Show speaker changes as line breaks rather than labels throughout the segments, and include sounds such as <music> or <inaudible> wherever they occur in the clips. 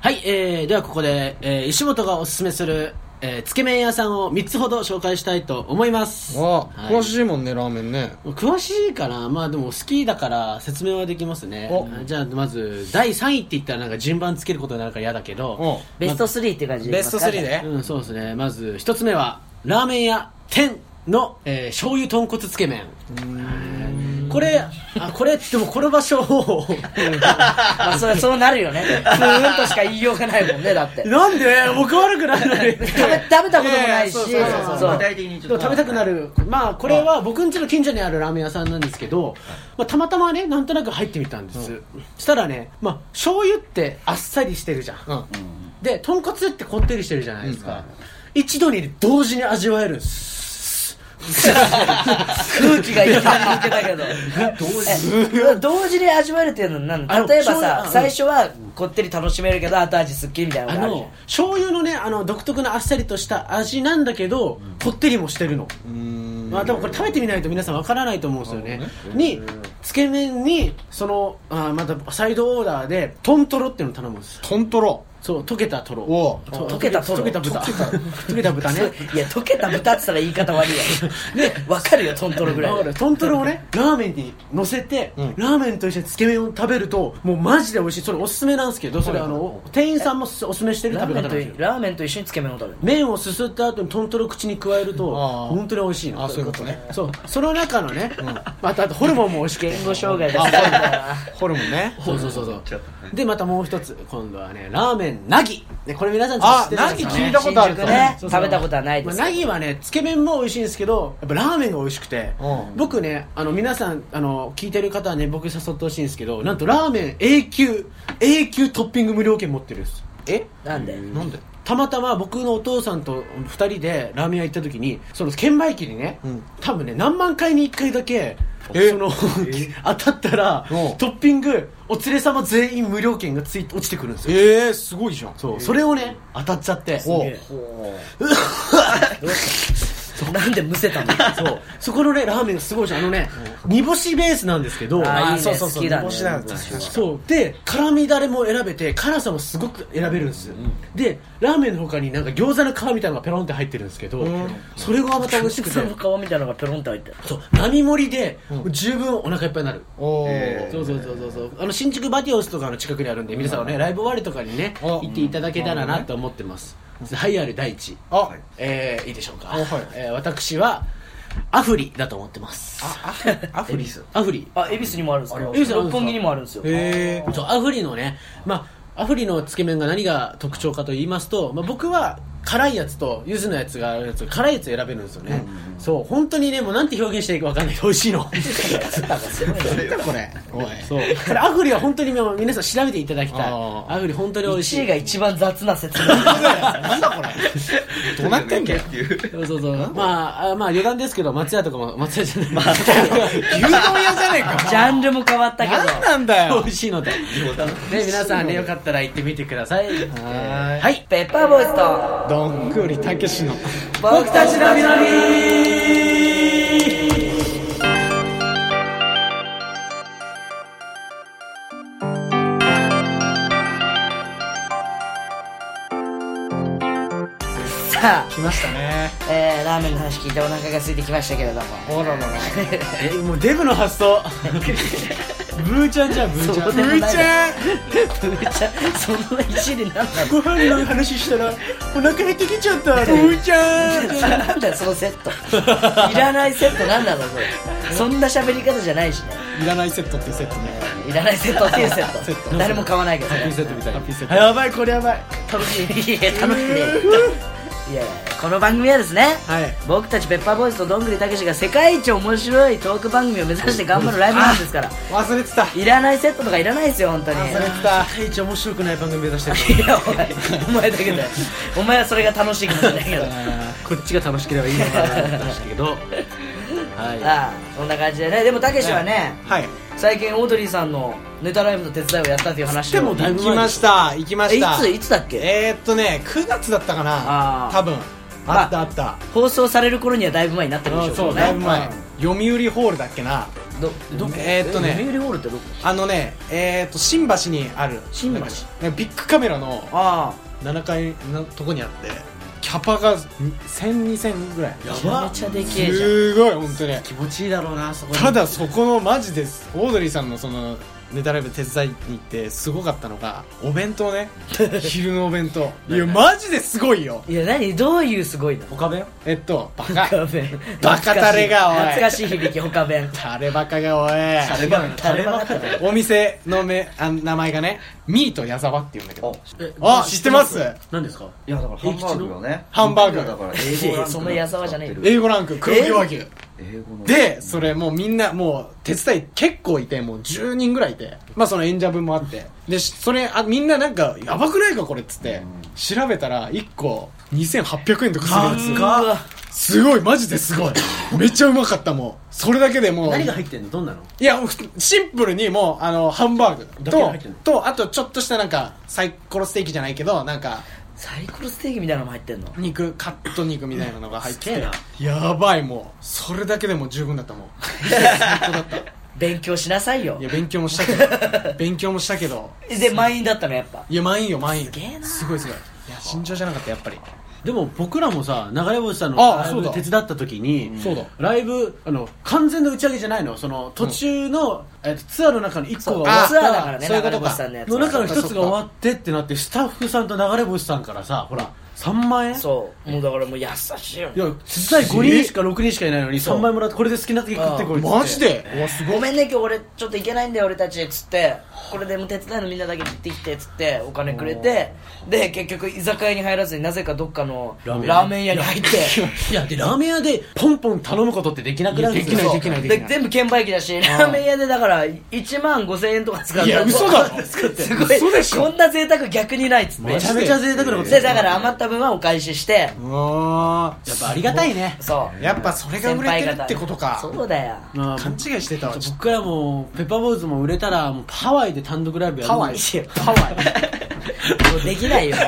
はい、えーではここで、えー石本がおすすめする、えーつけ麺屋さんを3つほど紹介したいと思います
ああ、
はい
詳しいもんねラーメンね
詳しいかなまあでも好きだから説明はできますね
お
じゃあまず第3位って言ったらなんか順番つけることになるから嫌だけ
お
ど
う
ベスト3っていう感じで
ベスト3ね
うんそうですねまず1つ目はラーメン屋天の、えー醤油豚骨つけ麺はいこれあこれでもこの場所を
まあそれそうなるよねふーんとしか言いようがないもんねだ
<laughs>
って
なんで僕悪くないのに
食べ食べたこともないし
いやいやそうそうそう
そう
具体的にち
でも
ょっと
食べたくなる、まあ、これは僕ん家の近所にあるラーメン屋さんなんですけど、まあ、たまたまねなんとなく入ってみたんです、したらね、まあ、醤油ってあっさりしてるじゃん、
うん
で豚骨ってこってりしてるじゃないですか、一度に同時に味わえるんです
空気が一回抜けたけどえ同時に味わえるっていうのは何
あの
例えば
そう
さ
うん
最初はこってり楽しめるけど後味すっきりみたいな
あ
のがあるじゃん
の醤油のねあの独特なあっさりとした味なんだけど、こってりもしてるの、
うん
まあ、でもこれ食べてみないと皆さんわからないと思うんですよねにつけ麺にそのあまたサイドオーダーで豚トロっていうのを頼むんです
トントロ
そう溶けたトロ
おう
と
溶けたトロ
溶けた豚 <laughs> 溶けた豚ね
いや溶けた豚って言ったら言い方悪いや
<laughs>
ねわかるよトントロぐら
だ
い
からトントロをねラーメンに乗せて、
うん
ラーメンと一緒につけ麺を食べるともうマジで美味しいそれおすすめなんですけどそれあの店員さんもおすすめしてる
ラー
食べ
メ
方な
ン
んですよ
とラーメンと一緒につけ麺を食べる
麺をすすった後にトントロを口に加えると
あー
本当に美味しいの
あそういうことね
そうその中のね、またあとホルモンも美味しく
言語障害
あ
だ
ホルモンホ
から
ルモンね
そうそうそうそうでまたもう一つ今度はねラーメンなぎねこれ皆さんちょっと知ってるんですよ
あ
ね
聞いたことある
新宿ね
そうそう
食べたことはないで
まあ、
す
ナギはねつけ麺も美味しいんですけどやっぱラーメンが美味しくて、
うん
僕ねあの皆さんあの聞いてる方はね僕誘ってほしいんですけどなんとラーメン A 級 A 級トッピング無料券持ってるんです
え
なんで
なんで
たまたま僕のお父さんと2人でラーメン屋行った時にその券売機にね、
うん
多分ね何万回に1回だけ
え
その <laughs> 当たったら
うん
トッピングお連れ様全員無料券がつい落ちてくるんですよ
ええすごいじゃん
そうそれをね当たっちゃって
おう
<laughs> なんでむせたの
そうそこのねラーメンがすごいじゃんあのね煮干しベースなんですけど
あーいいね
そうそうそう
好きだね
煮干しなんだ確かに
そうで辛みだれも選べて辛さもすごく選べるんです、でラーメンの他になんか餃子の皮みたいなのがペロンって入ってるんですけど、
うん
それがまた美味しくて
その皮みたいなのがペロンって入ってる
そう並盛りで
うん
もう十分お腹いっぱいになる、
おお
え
そうそうそうそうそうあの新宿バティオスとかの近くにあるんで皆さんはねライブ終わりとかにね
あ
行っていただけたらなと思ってます、はいある第一
あ
えー、いいでしょうか、
あはい
えー私はアフリだと思ってます
アフリス
アフリ
あ恵比寿にもあるんですよ
恵比寿にあるんですか
六本木にもあるんですよ
ええ
そうアフリのね、まあ、アフリのつけ麺が何が特徴かと言いますと、まあ、僕は辛いやつと柚子のやつがあるやつ辛いやつ選べるんですよね、そう本当にねもうなんて表現していいか分かんない美味しいの <laughs>
これおい
そうこれアフリは本当にもう皆さん調べていただきたい
あー
アフリ本当に美味し
1位
い
が一番雑な <laughs> 説明
なんだこれどうなってんだよ
っていう
そうそうそうまああまあ余談ですけど松屋とかも松屋じゃない、 <laughs>
牛丼屋じゃねえか
ジャンルも変わったけど
何なんだよ
美味しいので、ね、皆さんねよかったら行ってみてくださいは
はい
い、はい、
ペッパーボーイズと
どんぐりたけしの
僕たちのみのりさあ、
来ましたね
えー、ラーメンの話聞いてお腹が空いてきましたけれども
お
<laughs>
ららら
えもうデブの発想ブーちゃんじゃんブーちゃん
そうでもない
ゃん
めっちゃその一理なんだ
ご飯の話したらお腹減ってきちゃったブーちゃん
なんだよそのセットいらないセットなんなのそれそんな喋り方じゃないしね
いらないセットっていうセットね
いらないセットっていうセット
セット
誰も買わないけどね
セットみたいな
ピーセット
やばいこれやばい
楽しいいや楽しいねいやいやこの番組はですね、
はい
僕たちペッパーボーイズとどんぐりたけしが世界一面白いトーク番組を目指して頑張るライブなんですから
忘れてた
いらないセットとかいらないですよ本当に
忘れてた
太一面白くない番組目指してる
いやお前お前だけだよお前はそれが楽しいかもしれないけど
こっちが楽しければいいのかなと思ってましたけどは
ああそんな感じでねでもたけしはね
はい
最近オードリーさんのネタライブの手伝いをやったっていう話を
でもだい
行
ぶ
きました行きま
え
し
い
た
ついつだっけ
えー、っとね9月だったか
あ
な
ー
多分
まあ
あったあった
放送される頃にはだいぶ前になってるでしょうけど
だい
ね
ぶ前読売ホールだっけな
どどこ
えーっとね
え読売ホールってどこ
あのねえー、っと新橋にある
新橋
なんかなんかビッグカメラの
あ
7階のとこにあってキャパが10002000ぐらい
あめちゃめちゃでけえじゃん
すごい本当に
気持ちいいだろうなそこに
ただそこのマジですオードリーさんのそのネタライブ手伝いに行ってすごかったのがお弁当 <laughs> ね昼のお弁当いやマジですごいよ
いや何どういうすごいの
他弁
えっとバカ
他弁
バカタレがおい
懐かしい響き他弁
タレバカがおい
バカ
タレバカだ
お店のめあ名前がねミート矢沢っていうんだけど
え
あ知ってます
何ですか
いやだからハンバーグよね
ハンバーグ
だから
い
英語
や
ランク
その矢沢じゃねえよ
使ってる
英語ランク黒毛和牛
英語の
でそれもうみんなもう手伝い結構いてもう10人ぐらいいてまあその演者分もあってでしそれあみんななんかやばくないかこれっつって調べたら1個2800円とかするやつ
か
すごいマジですごいめっちゃうまかったもうそれだけでもう
何が入ってんのどんなの
いやふシンプルにもうあのハンバーグ
だけが
と
入ってんの
とあとちょっとしたなんかサイコロステーキじゃないけどなんか
サイコロステーキみたいなのも入ってんの
肉カット肉みたいなのが入って
すげえ
て
な
やばいもうそれだけでもう十分だったもん最高だった
勉強しなさいよ
いや勉強もしたけど勉強もしたけど
で満員だったのやっぱ
いや満員よ満員
すげえな
すごいすごいいや慎重じゃなかったやっぱり
でも僕らもさ流れ星さんの
あ
ライ
そう
ブ
だ
手伝った時に
そうだ
ライブあの完全の打ち上げじゃないのその途中の、えっとツアーの中の1
そう
個
ツ
が終わっ
あ
アーだからね
そういうこ
流
と
れ
か
星さんのやつ
の中の
一
1
そ
つ
っか
が終
そっか
わってってなってスタッフさんと流れ星さんからさほら3万円
そうもうだからもう優しいよ
いや実際5人しか6人しかいないのに3万円もらってこれで好きな時食ってこいっつって
マジでうわすご
ご
い
めんね今日俺ちょっと行けないんだよ俺たちっつってこれでもう手伝いのみんなだけ行ってきてっつってお金くれてで結局居酒屋に入らずになぜかどっかの
ラー
ラ
メン
ーメン屋に入って
いやでラーメン屋でポンポン頼むことってできなくなるんですよ
いやできないできない
で全部券売機だしラーメン屋でだから1万5000円とか使った
いや嘘だろ
使ってすごい
嘘でしょ
こんな贅沢逆にないっつって
めちゃめちゃ贅沢なこと
でだから余った分はお返しして
うわ
やっぱありがたいね
そう
やっぱそれが売れてるってことか
そうだよ
まあ
勘違いしてたわちょっ
僕らもペッパーボーイズも売れたらもうハワイで単独ライブやる
ハワイ
い
<laughs> ハワイ
もうできないよも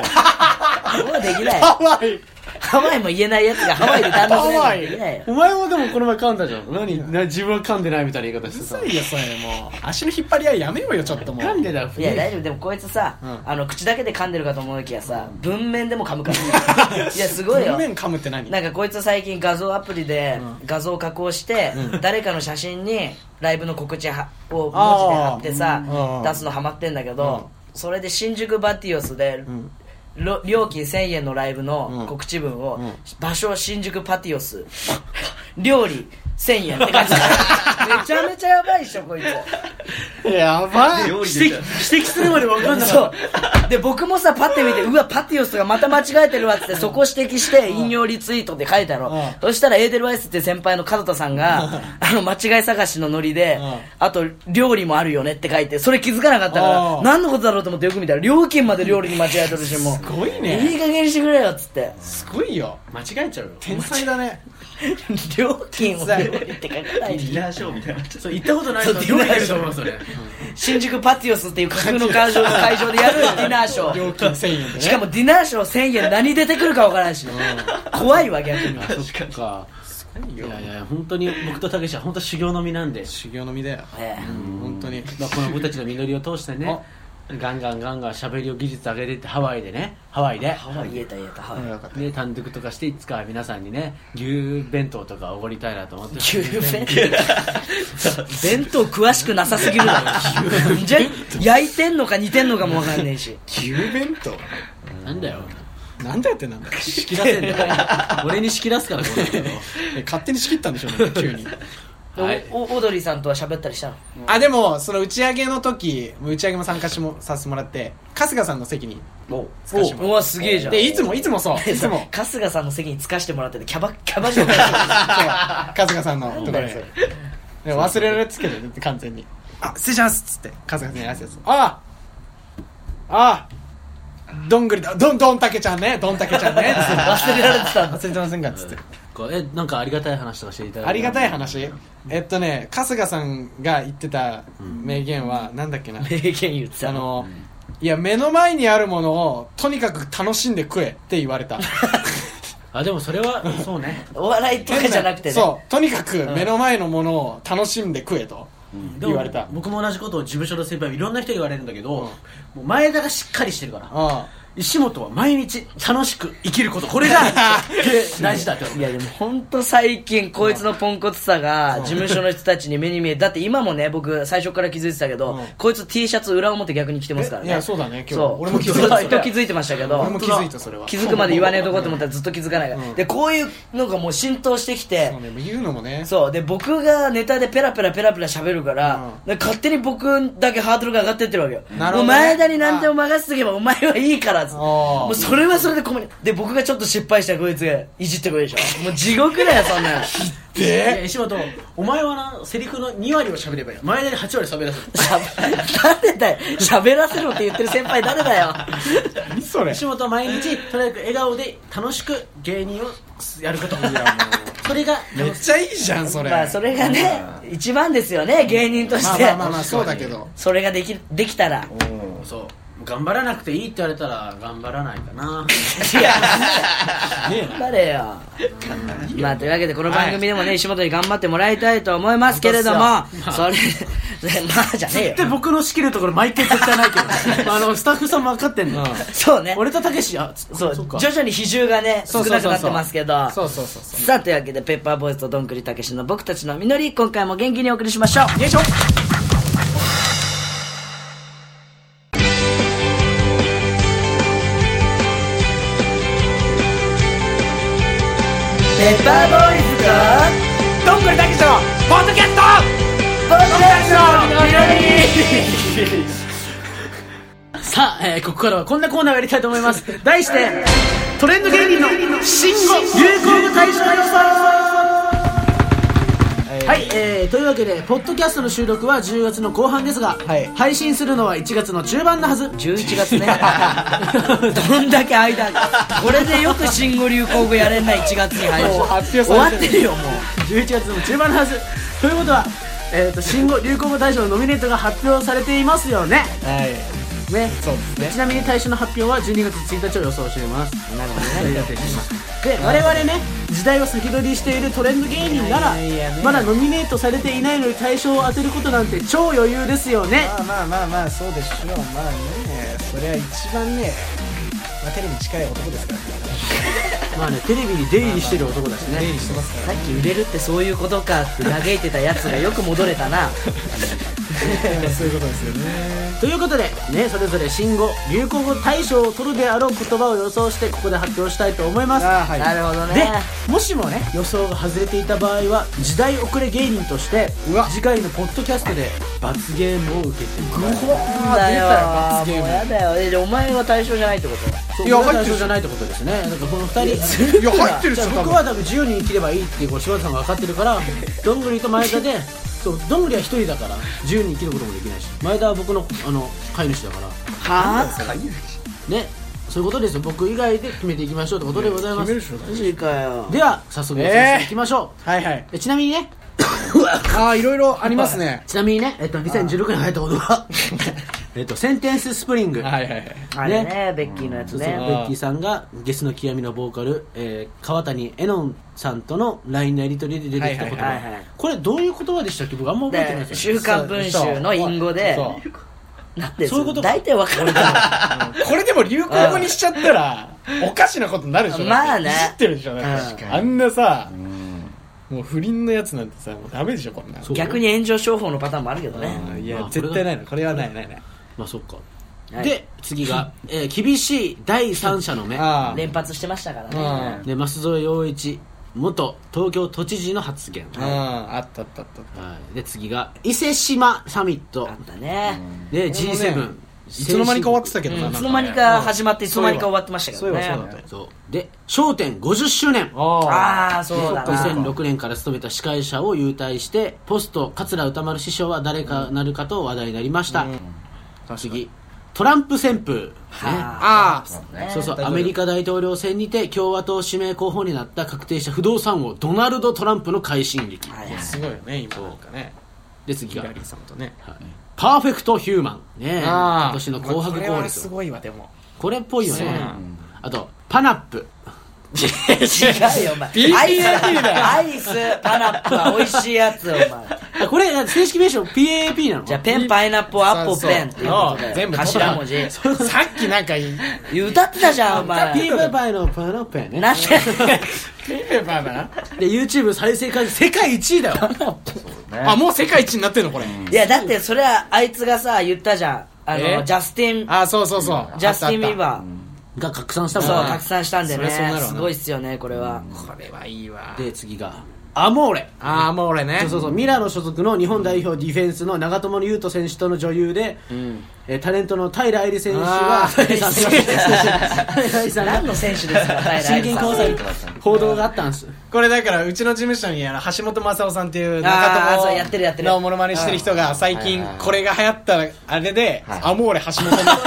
うもうでき
<laughs>
ない
ハワイ
ハワイも言えないやつがハワイで単独
ハワ
ライ
イ
ブできないよ
お前もでもこの前噛んだじゃん何な自分は噛んでないみたいな言い方してさ
そういよそれもう足の引っ張り合いやめようよちょっともう
噛んでた
いや大丈夫でもこいつさ、
ん
あの口だけで噛んでるかと思いきやさ文面でも噛むから
<laughs>
いやすごいよ
文面噛むって何
なんかこいつ最近画像アプリで画像加工して、誰かの写真にライブの告知はを文字で貼ってさ、
あーうん
出すのハマってんだけど、それで新宿バティオスで、ろ料金1000円のライブの告知文を、場所新宿パティオス料理1000円って感じ
<laughs>
でめちゃめちゃやばいっしょこいつ
やばい
料理
指
で
摘指摘するまで分かんな
そ
か
う
っ
で僕もさパッて見てうわパティオスがまた間違えてるわっつってそこ指摘して引用リツイートって書いたの
うん
そしたらエーデルワイスって先輩の門田さんがあの間違い探しのノリで
うん
あと料理もあるよねって書いてそれ気づかなかったか
う
ら
ん
何のことだろうと思ってよく見たら料金まで料理に間違えてるしもう
すごい
い
ね
い加減にしてくれよっつって
すごいよ
た <laughs> 間違えちゃうよ
天才だね
料金を料理って書かな
デ
い
ィナーショーみたいな
そう行ったことない人
そう
料理入ると思うそれ
新宿パティオスっていう架空の会場の会場でやるディナーショー
料金1000円でね
<laughs> しかもディナーショー1000円何出てくるか分からんし、怖いわ逆に
確かに
かい
いや
やいや本当に僕とたけしは本当修行の身なんで
修行の身だよ
ええ
うん本当に
まあ、この僕たちの実りを通してねガンガンガンガン喋りを技術上げてってハワイでねハワイで
言えた言えたは
うん
い
よかった
で単独とかしていつかは皆さんにね牛弁当とかおごりたいなと思って
牛弁当弁当詳しくなさすぎるだろじゃ焼いてんのか煮てんのかも分かんねえし
牛弁当
なんだよ <laughs>
なんだよってなんだよ
仕切らせんだよ俺に仕切らすからこの野郎
え勝手に仕切ったんでしょうね急に
はい
おおオードリーさんとは喋ったりしたの
あでもその打ち上げの時打ち上げも参加しもさせてもらって春日さんの席に
<laughs> お
つかしても
う
らっ
わすげえじ
て
ゃん
でいつもいつもそう <laughs> いつも
春日さんの席につかしてもらっててキャバキャバ嬢だ
そう春日さんのところ
なんだ
で
よ
で忘れられつけてる完全に「あ失礼します」っつって春日さんにやらせてあああどんぐりだどんどんたけちゃんねどんたけちゃんね」っつって
忘れられてたんだ
<laughs> 忘れてませんか」っつって
こうえなんかありがたい話とかしていただいて
ありがたい話えっとね春日さんが言ってた名言はなんだっけな
名言言ってた
あの、 <laughs> いや、目の前にあるものを、とにかく楽しんで食えって言われた。
あでもそれ
<laughs>
はそうね
お笑いとかじゃなくてね
そうとにかく目の前のものを楽しんで食えと、
で
言われた
も僕も同じことを事務所の先輩いろんな人に言われるんだけど、もう前田がしっかりしてるから
あ
石本は毎日楽しく生きることこれが
<laughs>
大事だって
いやでも本当最近こいつのポンコツさが事務所の人たちに目に見えだって今もね僕最初から気づいてたけど、こいつ T シャツ裏表逆に着てますから
い
ね
やそうだね今日
そう
俺も気づいた
ずっと気づいてましたけど
俺も気づいたそれは
気づくまで言わねえとこうと思ったらずっと気づかないから、でこういうのがもう浸透してきて
そうね言うのもね
そうで僕がネタでペラペラペラペラ喋るから、で勝手に僕だけハードルが上がってってるわけよ
なるほどね
もう前田に何でも任せとけばお前はいいからっつって
あー
もうそれはそれで困るで僕がちょっと失敗したらこいつがいじってくるでしょもう地獄だよそんなの
<laughs>
いや石本お前はなセリフの2割を喋ればいい前田に8割喋らせる
<laughs>
誰だよ喋らせろって言ってる先輩誰だよ
何それ
石本は毎日とにかく笑顔で楽しく芸人をやることそれが
めっちゃいいじゃんそれ
まあそれがね一番ですよね芸人と
ま
し
あ
て、
まあまあまあそうだけど
それができできたら
うん
そう頑張らなくていいって言われたら頑張らないかな
頑張れよまあというわけでこの番組でもね、石本に頑張ってもらいたいと思いますけれども、それ <laughs> ま
<laughs>
あじゃねえ
で
よ
僕の仕切るところ毎回絶対ないけどあのスタッフさんも分かってんの、
そうね
俺とたけしあそ
そう
そっか
徐々に比重がね
そ
少
うそ
な
う
く
そう
な
そう
ってますけど
そうそうそうそう
さあというわけでペッパーボーイズとどんぐりたけしの僕たちの実り今回も元気にお送りしましょうよいしょペッパーボーイズとどんぐりたけしのポッドキャストポッドキャストの実り
さあ、えーここからはこんなコーナーをやりたいと思います題してトレンド芸人の新語流行語大賞はい、えー、というわけでポッドキャストの収録は10月の後半ですが、
はい
配信するのは1月の中盤のはず
11
<laughs>
月ねどんだけ間これでよく新語・流行語やれんない1月に配信
もう発表
終わ
され
って
る
てるよも
11月の中盤のはずということは、えー、と新語・流行語大賞のノミネートが発表されていますよね
はい
ね
そうですね
ちなみに大賞の発表は12月1日を予想しています
うなるほど
というわけで我々ね時代を先取りしているトレンド芸人なら
いやいやいやね
まだノミネートされていないのに大賞を当てることなんて超余裕ですよね
まあまあまあまあそうでしょうまあねそれは一番ね、まあ、テレビに近い男ですからね
まあねテレビに出入りしてる男だし
出
ね
入りしてますか
さっき売れるってそういうことかって嘆いてたやつがよく戻れたな
らねそういうことですよね
ということでねそれぞれ新語・流行語大賞を取るであろう言葉を予想してここで発表したいと思います
ああはい
なるほど
で
ね
もしもね予想が外れていた場合は時代遅れ芸人として
うわ
次回のポッドキャストで罰ゲームを受けてい
グホ
なんだよ
ー出
もうや
た
だよえじゃあお前は対象じゃないってこと
そう
いや
これ
入
が
っ
対
てる
象じゃないってことですねだからこの2人
罰ゲームいや入ってる
じ
で
ゃ
し
あ
ょ
僕は多分自由に生きればいいっていうこう柴田さんが分かってる
<laughs>
からどんぐりと前田でそうどんぐりは一人だから自由に生きることもできないし前田は僕のあの飼い主だから
はあ
かゆい
ねそういうことですよ僕以外で決めていきましょうってことでございます
決めるでし
マジかよ
では早速予想していきましょ
ょはいはい
えちなみに
<laughs>
ね
ああいろいろありますね
ちなみにね、えっと、2016年入ったことは <laughs> えっと、センテンススプリング。
はいはいはい
あれねベッキーのやつ
そうそうベ
ね
ッキーさんがゲスの極みのボーカル、えー川谷絵音さんとの LINE のやり取りで出てきた言葉、
はいはいはいはい
これどういう言葉でしたっけ僕あんま覚えてないで
で
すよ
週刊文春の隠語で
そう
なんで
そういうことか
大体わかるから
これでも流行語にしちゃったらおかしなことになるでしょ
まあね
だっていじってるでしょだって
確
かに
あんなさ
うん
もう不倫のやつなんてさもうダメでしょこんな
そう
逆に炎上商法のパターンもあるけどね
い
ま
や
あ
絶対ないのこれはないないない
まあそっか、
はい
で次が、えー厳しい第三者の目
<laughs> あ
連発してましたから
あ
ね
で舛添洋一元東京都知事の発言、
あああったあったあっ
はい、で次が伊勢志摩サミット
あったね
で
た
G7
ねいつの間にか終わってたけど
う
なん
い
な
つ
ん
の
か
間にか始まっていつの間にか終わってましたけ
そうい
ど
えば
ね
そうだったよ
そうで『笑点』50周年
あ
ああそうだな
2006年から務めた司会者を優退してポスト桂歌丸師匠は誰かなるかと話題になりました、次トランプ旋風、ね
あ
そうね
そうそう
大丈夫
アメリカ大統領選にて共和党指名候補になった確定した不動産王ドナルド・トランプの快進撃
はい
あすごいよね今なんかね
で次
ヒ
が
ラリーさんとね
「パーフェクト・ヒューマン」ね今年の紅
まあ
白
これ
コール
は
ですすよ
ごいわでも
これっぽいよ
そう
ね
な
あと「パナップ」
違うよお
<laughs>
前
PPAP
アイス
だ
アイスパナップは美味しいやつお前
あこれ正式名称 PAP なの
じゃあペンパイナップルアップ
そうそう
ペンっていうこと
ああ
で
全部
頭文
<laughs>
字
さっきなんかいい
歌ってたじゃんお前
ピーパパイのパナップやね
なんで <laughs>
ペーペーパーな
で YouTube 再生回数世界一位だよ
あもう世界一になってんのこれ
いやだってそれはあいつがさ言ったじゃんあ
え
のジャスティン
あそうそうそう
ジャスティン・ビー
ー
バー
<laughs> が拡散したもん
そう
な
拡散したんで
そりゃそうなる
ね
わな
すごいっすよねこれは
これはいいわ
で次がアモーレ
ああもう俺ね
そうそうそうミラノ所属の日本代表ディフェンスの長友佑都選手との女優で、えータレントの平愛梨選手は
あー
平愛梨さんすいません平愛梨さんが
何の選
<laughs>
手ですか平井さん
真剣交際報道があったんです
これだからうちの事務所にあの橋本正夫さんっていう
あー
中
そうやってるやって
友
る
のモノマネしてる人が最近
はいはいはい
これが流行ったあれで
はい
アモーレ橋本
<laughs> そ
に
うだよね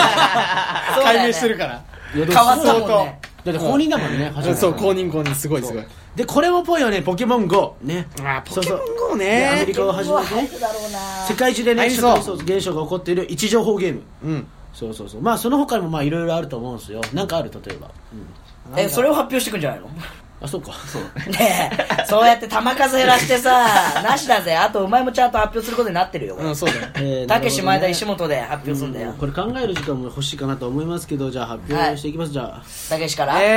改名してるから
いやで
変わった
す
もんね
ごいだって公認だもんね初めて
そう公認公認すごいすごい
でこれもぽいよねポケモン GO ね
あー
そうそう
ポケモン GO ね
でアメリカをはじめ
入
ね
るだろうな
世界中でね
入り
社
そう
会現象が起こっている位置情報ゲーム
うん
そうそうそうまあその他にもまあいろいろあると思うんですよなんかある例えば
えそれを発表してくんじゃないの
あそうか <laughs> そう
ねえそうやって球数減らしてさなしだぜあとお前もちゃんと発表することになってるよ
うんそうだよ
たけし前田石本で発表するんだよ
これ考える時間も欲しいかなと思いますけどじゃあ発
はい
表していきます、じ
たけしから、
えー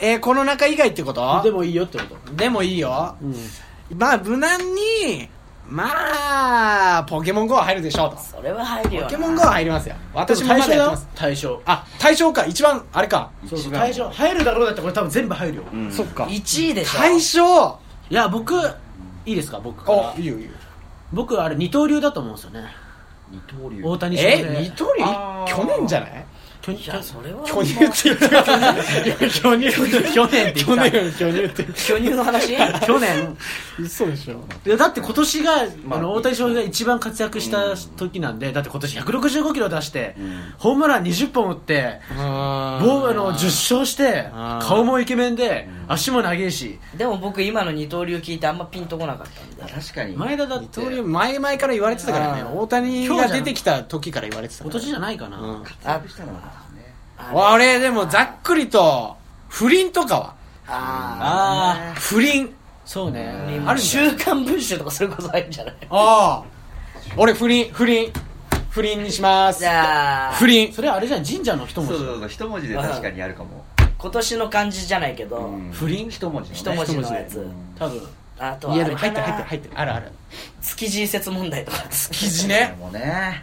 えーえーこの中以外ってこ
ゃあで
と
もいいよってこと
でもいいよ
うん
まあ無難にまあポケモン GO は入るでしょうと
それは入るよな
ポケモン GO は入りますよ私もまだやってます
対象
あ対象か一番あれか
そうそう
一番
対象入るだろうだってこれ多分全部入るよ、
うん
そっか
1位でしょ
対象
いや僕いいですか僕から
おいいよいいよ
僕あれ二刀流だと思うんですよね
二刀流
大谷翔
え
平
二刀流
あー
去年じゃない
巨人
いやそれは
巨乳って言って
<laughs>
た巨乳去年って言った去年巨乳って
巨乳の話
<laughs> 去年
嘘でしょ
いやだって今年が、
まあ
あの大谷翔平が一番活躍した時なんで、だって今年165キロ出して、
ん
ホームラン20本打って、
あ
ボーあの10勝して
あー
顔もイケメンで、足も長いし
でも僕今の二刀流聞いてあんまピンとこなかったんで
確かに
前田だっ
二
て
刀流
今
前々から言われてたからね
あー
大谷が出てきた時から言われてたから
年じゃないかな、
うん
あ
したのかね
俺でもざっくりと不倫とかは
あ
あ
不倫
そうね
あ
あ
あ
る
る
じ
週刊文春とかそれこそ入るんじゃない
ああ俺不倫不倫不倫にします
じゃあ
不倫
それあれじゃん神社の人
そう
も
そうそう一文字で確かにあるかも
今年の漢字じゃないけど、
不倫
一文字のね
一文字のやつ、
多分
あとはいあ
やで
れ
も
か
入って
な
る入ってる入ってるあるある
築地移設問題とか
記事
で
ね
もね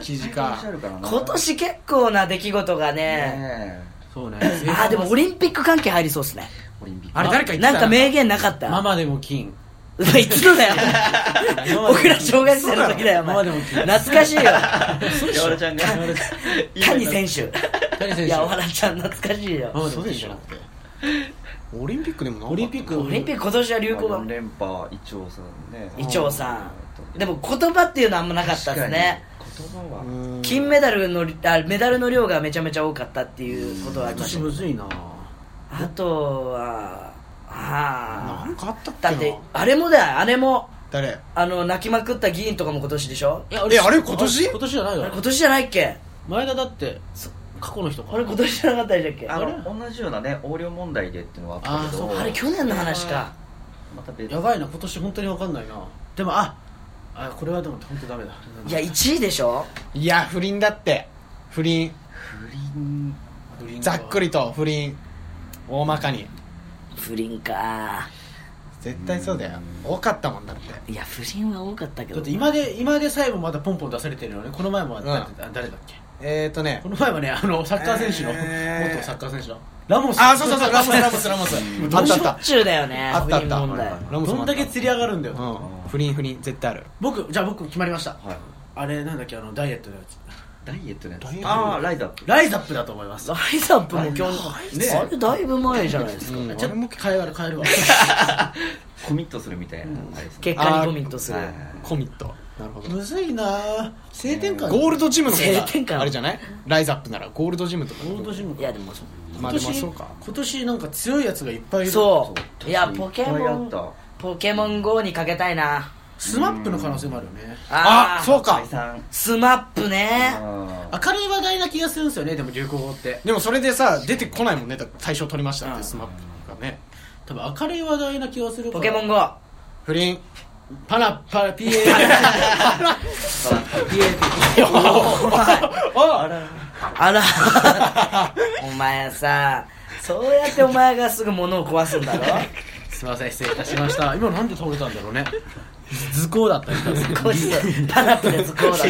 記事
お
か
っしゃるからな
今年結構な出来事がね
ね
そうね
あーでもオリンピック関係入りそうですね
えオリンピック
あれ誰か言ってた
なんか名言なかった
<laughs> ママでも金
うわいつのだよ僕ら小学生の時だよお
ママ
前
でも聞い
懐かしい
<laughs>
よ
やわらちゃんが
谷選手
谷選手
いやわらちゃん懐かしいよ
ママでも金じゃなくて
オリンピックでもなかった
オリンピック
オリンピック今年は流行
4
語
連覇一応さね
伊調さんでも言葉っていうのはあんまなかったですね
確かに言葉は
うん
金メダルのあメダルの量がめちゃめちゃ多かったっていうことはありまし
私
た
むずいな
あとはあ
なんかあったっけ
あだ
な
ってあれもだよあれも
誰
あの泣きまくった議員とかも今年でしょ
いや
えあれ今年
今年じゃない
あ
よ
れ今年じゃないっけ
前田だってそ過去の人か
あれ今年じゃなかったでしたっけ
あ
あれ
の同じようなね横領問題でっていうのはあったけ
あ
ど
ーそう
あれ去年の話か
また別
やばいな今年本当に分かんないなでもああこれはでも本当ダメだ
いや1位でしょ
いや不倫だって不倫
不倫
ざっく
り
りと不倫大まかに
不倫か
絶対そうだよ多かったもんだって
いや不倫は多かったけ
だ
ど
って今で今でさえもまだポンポン出されてるよねこの前もあ
ん
だってあ誰だっけ
えーとね
この前はねあのサッカー選手の
えー
元サッカー選手のラモス
あそうそうそうラモスラモスラモスあったあっ
しょ
た
っちゅうだよね
あったあった
不倫問題
はいはい
ラモス
どんだけ釣り上がるんだよ、
うん不倫不倫絶対ある
僕じゃあ僕決まりました、
はい
あれなんだっけあのダイエットのやつ
ダイエットのやつ
ダイエット
ああライザップ
ライザップだと思います
ライザップも今日
ね
あれだいぶ前じゃないですか
じゃあもう変える変え
<laughs>
るわ
コミットするみたいなあれですね
結果にコミットする
はいはいはい
コミットなるほ
むずいな性転換
ゴールドジムの
晴天
方
感
があれじゃないライズアップならゴールドジムとか
ゴールドジムか
いやでもそ
今
まあで
年
もそうか
今年なんか強いやつがいっぱいいる
そう
そう
いやポケ
いっぱいあ
モ
っ
ン
た
ポケモン GO にかけたいな
スマップの可能性もあるよね
あそうか
解散
スマップね
あ
明
ー
るい話題な気がするんですよねでも流行語って
でもそれでさ出てこないもんねだ大賞取りましたってスマップがね
多分明るい話題な気がするか
ポ
ら
ケモン GO
不倫
パラパラ PA
あらあらお前さそうやってお前がすぐ物を壊すんだろ
すみません失礼いたしました今なんで倒れたんだろうね図工だったり
<laughs> こいつパラプレズこうだと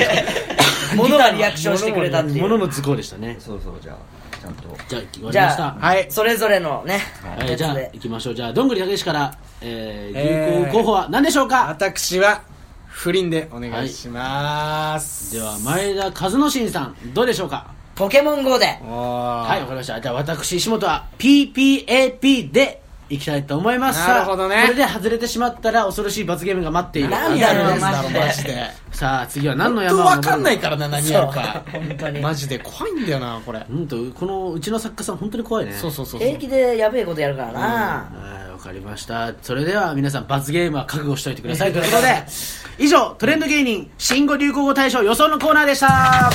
物がリアクションしてくれたってい
もの
う
の図工でしたね
そうそうじゃあちゃんと
じゃあ終わ
じ
りました
ゃあ、
はい
それぞれのね
はい
やつ
じゃあ
で
行きましょうじゃあどんぐりたけしから、えー、
えー
流行候補は何でしょうか、
私は不倫でお願いします、
では前田和之進さんどうでしょうか
ポケモン GO で
はい
は
わかりましたじゃあ私石本は PPAP でいきたいと思いますさあ
なるほどね
これで外れてしまったら恐ろしい罰ゲームが待っている
何
いや
やる
る
の
んだろう
マ
マ
ジ
ジ
で
で
さあ次は何の
本当
山を
わ
登
か
る
ん
の
ないからな何やるか
そう本当に
マジで怖いんだよなこれ
うんとこのうちの作家さん本当に怖いね
そうそうそうそう
平気でやべえことやるからな
はいわかりましたそれでは皆さん罰ゲームは覚悟しておいてくだ
<laughs>
さいということで以上トレンド芸人新語・流行語大賞予想のコーナーでした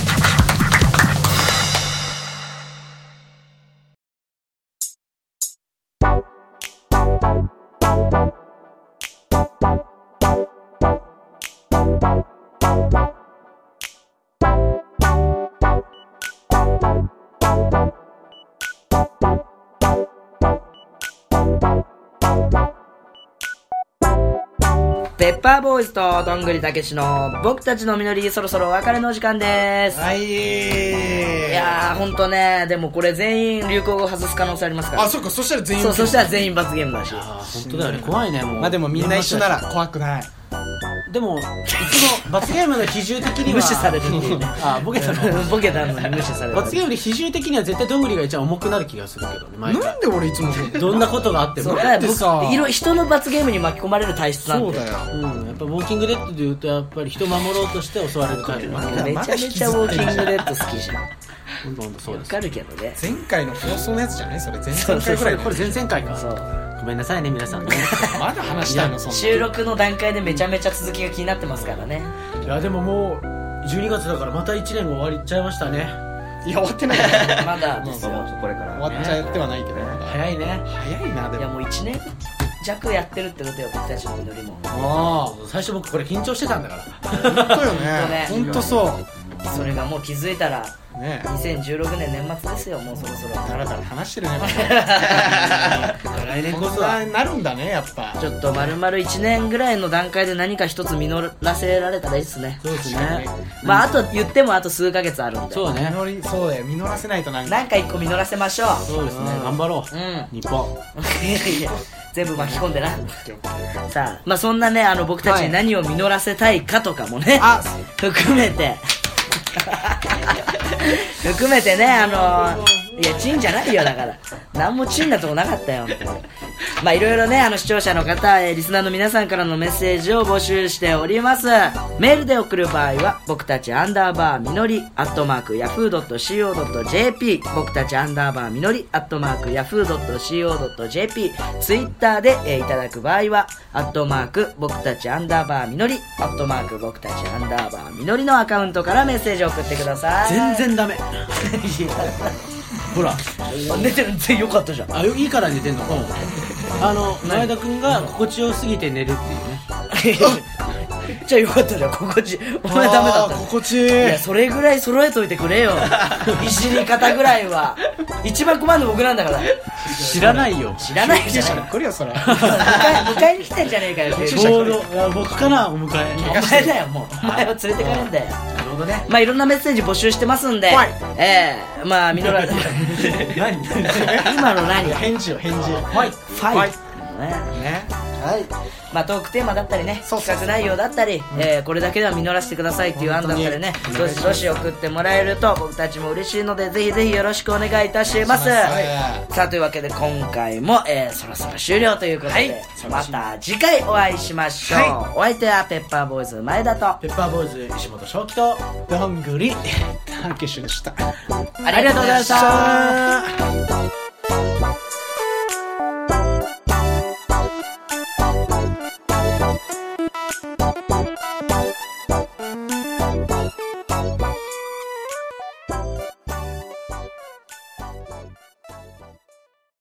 ペッパーボーイズとどんぐりたけしの僕たちの実りそろそろお別れの時間です
はい
いやーほんとねでもこれ全員流行語外す可能性ありますから
あそっかそしたら全員
そうそしたら全員罰ゲームだし
あー本当だよね怖いねもう
まあでもみんな一緒なら怖くない
でもいつも罰ゲームの比重的には
無視されるっていうね
<laughs> あーボケたの
ボケたのに無視される
罰ゲームで比重的には絶対どんぐりが一番重くなる気がするけどね毎
な
回
んで俺いつもそう
どんなことがあって
そ
も
うだから
だってさ
僕いろ人の罰ゲームに巻き込まれる体質なん
そう
で
だよ
うん、やっぱウォーキングデッドでいうとやっぱり人を守ろうとして襲われるタイプなんで
めちゃめちゃウォーキングデッド好きじゃん
ほんとほんとそう
わ
です
かるけどね
前回の放送のやつじゃないそれ前
そう
々
そ
回
うそ
ぐ
う
らいの
これ前々回か
そう
ごめんなさいね皆さんね
まだ話したいのそんな
収録の段階でめちゃめちゃ続きが気になってますか
<laughs>
らね
いやでももう12月だからまた1年が終わっちゃいましたね
いや終わってない終
まだですよ
これから
わっちゃってはないけどまだ
早いね
早いなで
いや
も
もう1年弱やってるってことよ僕たちの実りも
あ
最初僕これ緊張してたんだから
あ本当よね
本当ね
本当そう
それがもう気づいたら
ね
2016年年末ですよもうそろそろ
だらだら話してるねま
来年
た
こ
こん
そは
ななるんだねやっぱ
ちょっと丸々1年ぐらいの段階で何か一つ実らせられたらいいっすね
そうですね
まああと言ってもあと数ヶ月あるんで
そうね
実りそうだよ実らせないとなんか
なんか一個実らせましょ
そうですね頑張ろ
ううん
う日本
いやいや全部巻き込んでなさあまあそんなねあの僕たちに何を実らせたいかとかもね、
あ
含めて含めてねあのいやチンじゃないよだから何もチンなとこなかったよまあいろいろねあの視聴者の方えーリスナーの皆さんからのメッセージを募集しておりますメールで送る場合は僕たちアンダーバーみのりアットマークヤフー .co.jp 僕たちアンダーバーみのりアットマークヤフー .co.jp ツイッターで、えーいただく場合はアットマーク僕たちアンダーバーみのりアットマーク僕たちアンダーバーみのりのアカウントからメッセージを送ってくださ
全
い
然ダメほら
然出てる全然よかったじゃん
あよいいから寝てんのかあの前田君が心地よすぎて寝るっていうね
じゃあよかったじゃん心地お前ダメだった
あー
ね
心地いい
いやそれぐらい揃えといてくれよいじり方ぐらいは一番困るの僕なんだから
知らないよ
知らないじ
救急
ゃ
車
ん
に来るよそれ
迎え迎えに来てんじゃねえかよ
ち
救
ょ
急
う
車
どいや僕かなお迎え
お前だよもうお前を連れてかれんだよ
なるほどね
まあいろんなメッセージ募集してますんで、
はい
ええまあ実ら
何
今の何
返事よ返事よ
はい
ファイ、
はい
ね
ね
まあ、トークテーマだったりね
そうそうそう
企画内容だったり、えーこれだけでは実らせてくださいっていう案だったりねどしどし送ってもらえると僕たちも嬉しいのでぜひぜひよろしくお願いいたします
お願いしま
さあというわけで今回も、えーそろそろ終了ということで、また次回お会いしましょう、
は
お相手はペッパーボーイズ前田と
ペッパーボーイズ石本正輝と
<laughs> どんぐりたけしでした
ありがとうございました